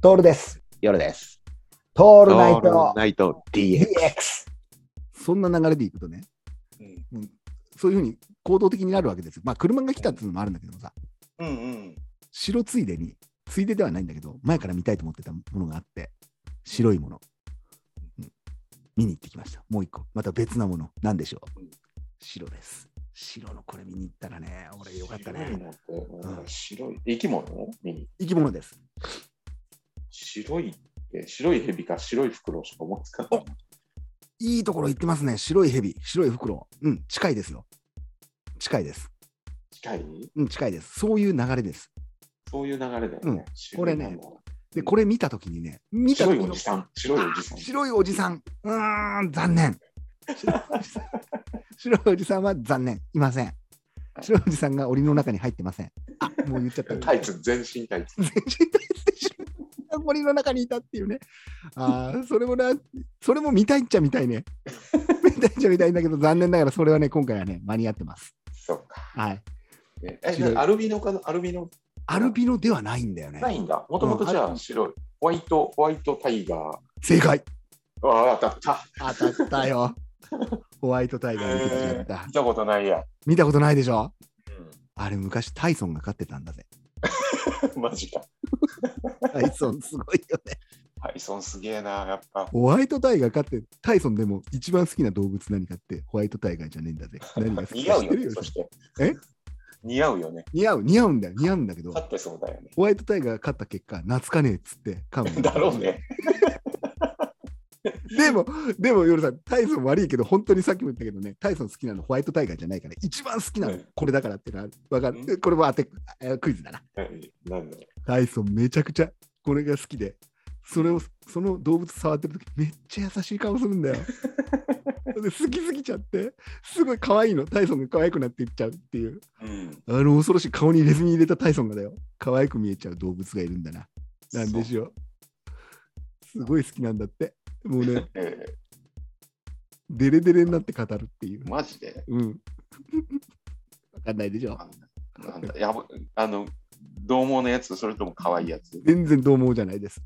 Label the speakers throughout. Speaker 1: トールです。
Speaker 2: 夜です。
Speaker 1: ト
Speaker 2: オ
Speaker 1: ールナイト
Speaker 2: ナイト DX。
Speaker 1: DX。
Speaker 3: そんな流れでいくとね、
Speaker 4: うん
Speaker 3: うんそういうふうに行動的になるわけですよ。まあ、車が来たっていうのもあるんだけどもさ、
Speaker 4: うんうん。
Speaker 3: 白ついでに、ついでではないんだけど、前から見たいと思ってたものがあって、白いもの。うん見に行ってきました。もう一個。また別なもの。なんでしょう
Speaker 4: うん。
Speaker 3: 白です。白のこれ見に行ったらね、俺よかった
Speaker 4: 白い
Speaker 3: ね。
Speaker 4: のってなんか白い、生き物見に
Speaker 3: 生き物です。
Speaker 4: 白いって白い蛇か白い袋しか思いつかない。
Speaker 3: いいところ行ってますね。白い蛇、白い袋。うん、近いですよ。近いです。
Speaker 4: 近い
Speaker 3: うん、近いです。そういう流れです。
Speaker 4: そういう流れだよね。
Speaker 3: うん
Speaker 4: 白いもの
Speaker 3: これねで、これ見たときにね、見た
Speaker 4: 白
Speaker 3: と
Speaker 4: い
Speaker 3: き
Speaker 4: お
Speaker 3: の
Speaker 4: じさん。白いおじさん。
Speaker 3: 白いおじさん、うーん、残念。白いおじさん白いおじさんは残念、いません。白いおじさんが檻の中に入ってません。あもう言っちゃった。
Speaker 4: タイツ、全身タイツ。
Speaker 3: 全身体制森の中にいたっていうね。ああ、それもな、それも見たいっちゃ見たいね。見たいっちゃ見たいんだけど、残念ながらそれはね、今回はね、間に合ってます。
Speaker 4: そっか。
Speaker 3: はい。
Speaker 4: ねえ、
Speaker 3: 白い
Speaker 4: アルビノかなアルビノ
Speaker 3: アルビノではないんだよね。
Speaker 4: ないんだ。もともとじゃあ白い。ホワイト、ホワイトタイガー。あ
Speaker 3: 正解。
Speaker 4: あ、当たった。
Speaker 3: 当たったよ。ホワイトタイガー出てきちゃった
Speaker 4: 見。たことないや。
Speaker 3: 見たことないでしょあれ、昔タイソンが飼ってたんだぜ。
Speaker 4: うん、マジか。
Speaker 3: タイソンすごいよね。
Speaker 4: ハイソンすげえな、やっぱ。
Speaker 3: ホワイトタイガーかって、タイソンでも一番好きな動物何かってホワイトタイガーじゃねえんだぜ。何が好き
Speaker 4: 似合
Speaker 3: か
Speaker 4: う
Speaker 3: 知って
Speaker 4: よ
Speaker 3: る
Speaker 4: ね、
Speaker 3: よ。
Speaker 4: そして。
Speaker 3: え
Speaker 4: 似合うよね。
Speaker 3: 似合う、似合うんだよ、似合うんだけど、
Speaker 4: 勝ってそうだよね。
Speaker 3: ホワイトタイガーが勝った結果、懐かねえっつって噛む。
Speaker 4: だろうね。
Speaker 3: でも、でも、夜さん、タイソン悪いけど、本当にさっきも言ったけどね、タイソン好きなのホワイトタイガーじゃないから、一番好きなの
Speaker 4: うん
Speaker 3: これだからってな、わか
Speaker 4: う
Speaker 3: る。これも当て、えークイズだな。
Speaker 4: はいなんだろ
Speaker 3: タイソンめちゃくちゃこれが好きで、それを、その動物触ってる時めっちゃ優しい顔するん だよ。で好きすぎちゃって、すごい可愛いの、タイソンが可愛くなっていっちゃうっていう、
Speaker 4: う。うん。
Speaker 3: あの恐ろしい顔に入れ墨入れたタイソンがだよ、可愛く見えちゃう動物がいるんだな。なんでしょう。すごい好きなんだって。もう ね、
Speaker 4: え
Speaker 3: デレデレになって語るっていう
Speaker 4: ー。マジで
Speaker 3: うん。わかんないでしょ。
Speaker 4: なんだやばあの、どう猛のやつ、それとも可愛いやつ。
Speaker 3: 全然どう思うじゃないです。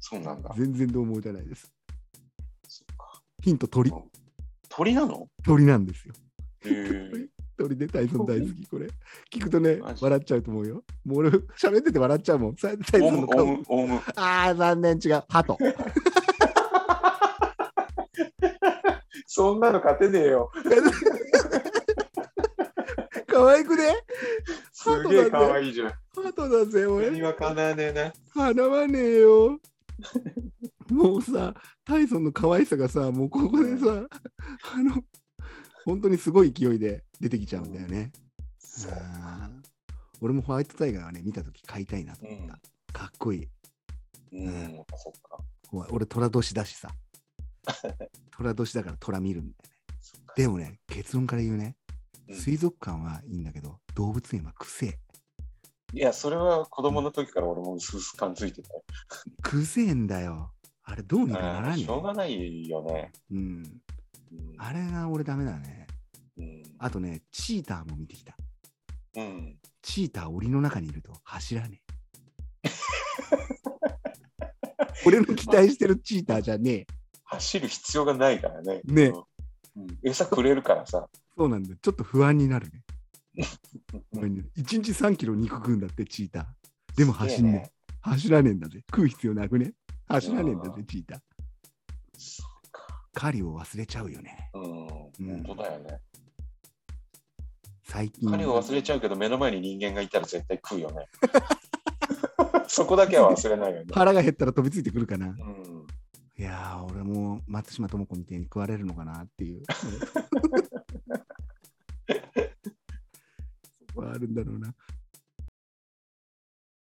Speaker 4: そうなんだ。
Speaker 3: 全然どう思うじゃないです。
Speaker 4: そっか
Speaker 3: ヒント鳥。
Speaker 4: 鳥なの
Speaker 3: 鳥なんですよ。
Speaker 4: えー
Speaker 3: 鳥でタイソン大好き、これ。聞くとね
Speaker 4: マ、ジ
Speaker 3: 笑っちゃうと思うよ。もう俺、喋ってて笑っちゃうもん。さタイ
Speaker 4: オ
Speaker 3: ソ
Speaker 4: ウ
Speaker 3: ンの、
Speaker 4: ムオウ
Speaker 3: 顔。
Speaker 4: ム、オウム。
Speaker 3: ああ、残念、違う。ハト。
Speaker 4: そんなの勝てねえよ。
Speaker 3: 可愛くね
Speaker 4: すげえ可愛いじゃん。
Speaker 3: ハトだぜ、
Speaker 4: 何
Speaker 3: 俺。
Speaker 4: はかなわねえな。
Speaker 3: かなわねえよ。もうさ、タイソンの可愛さがさ、もうここでさ、あの、本当にすごい勢いで出てきちゃうんだよね。
Speaker 4: そう
Speaker 3: あー俺もホワイトタイガーはね、見たとき買いたいなと思った。かっこいい。
Speaker 4: うん、そっか。
Speaker 3: ほら俺、虎年だし さ。虎年だから虎見るんだよね。
Speaker 4: そっか
Speaker 3: でもね、結論から言うね、
Speaker 4: うん
Speaker 3: 水族館はいいんだけど、動物園はくせえ。
Speaker 4: いや、それは子供の時から俺も薄々感づいてたよ。
Speaker 3: くせえんだよ。あれどうにかなら
Speaker 4: うん
Speaker 3: ん
Speaker 4: しょう
Speaker 3: よ。
Speaker 4: がないよね。
Speaker 3: うん。
Speaker 4: うん
Speaker 3: あれが俺ダメだね。
Speaker 4: うん
Speaker 3: あとね、チーターも見てきた。
Speaker 4: うん。
Speaker 3: チーター檻の中にいると走ら ねえ。俺の期待してるチーターじゃねえ。
Speaker 4: 走る必要がないからね。
Speaker 3: ね
Speaker 4: うん餌くれるからさ。
Speaker 3: そうなんだよ。ちょっと不安にな るね。不安になる1日3キロ肉食うんだって、チーター。でも走んねえ。走らねえんだぜ。食う必要なくね。走らねえんだ
Speaker 4: う
Speaker 3: ぜ、チーター。
Speaker 4: そっか。
Speaker 3: 狩りを忘れちゃうよね。
Speaker 4: うん。
Speaker 3: ん
Speaker 4: 本当だよね。
Speaker 3: 最近。
Speaker 4: 彼を忘れちゃうけど、目の前に人間がいたら絶対食うよね。 そこだけは忘れ ないよね。
Speaker 3: 腹が減ったら飛びついてくるかな。
Speaker 4: うん。
Speaker 3: いやー、俺も松島智子みたいに食われるのかなっていう。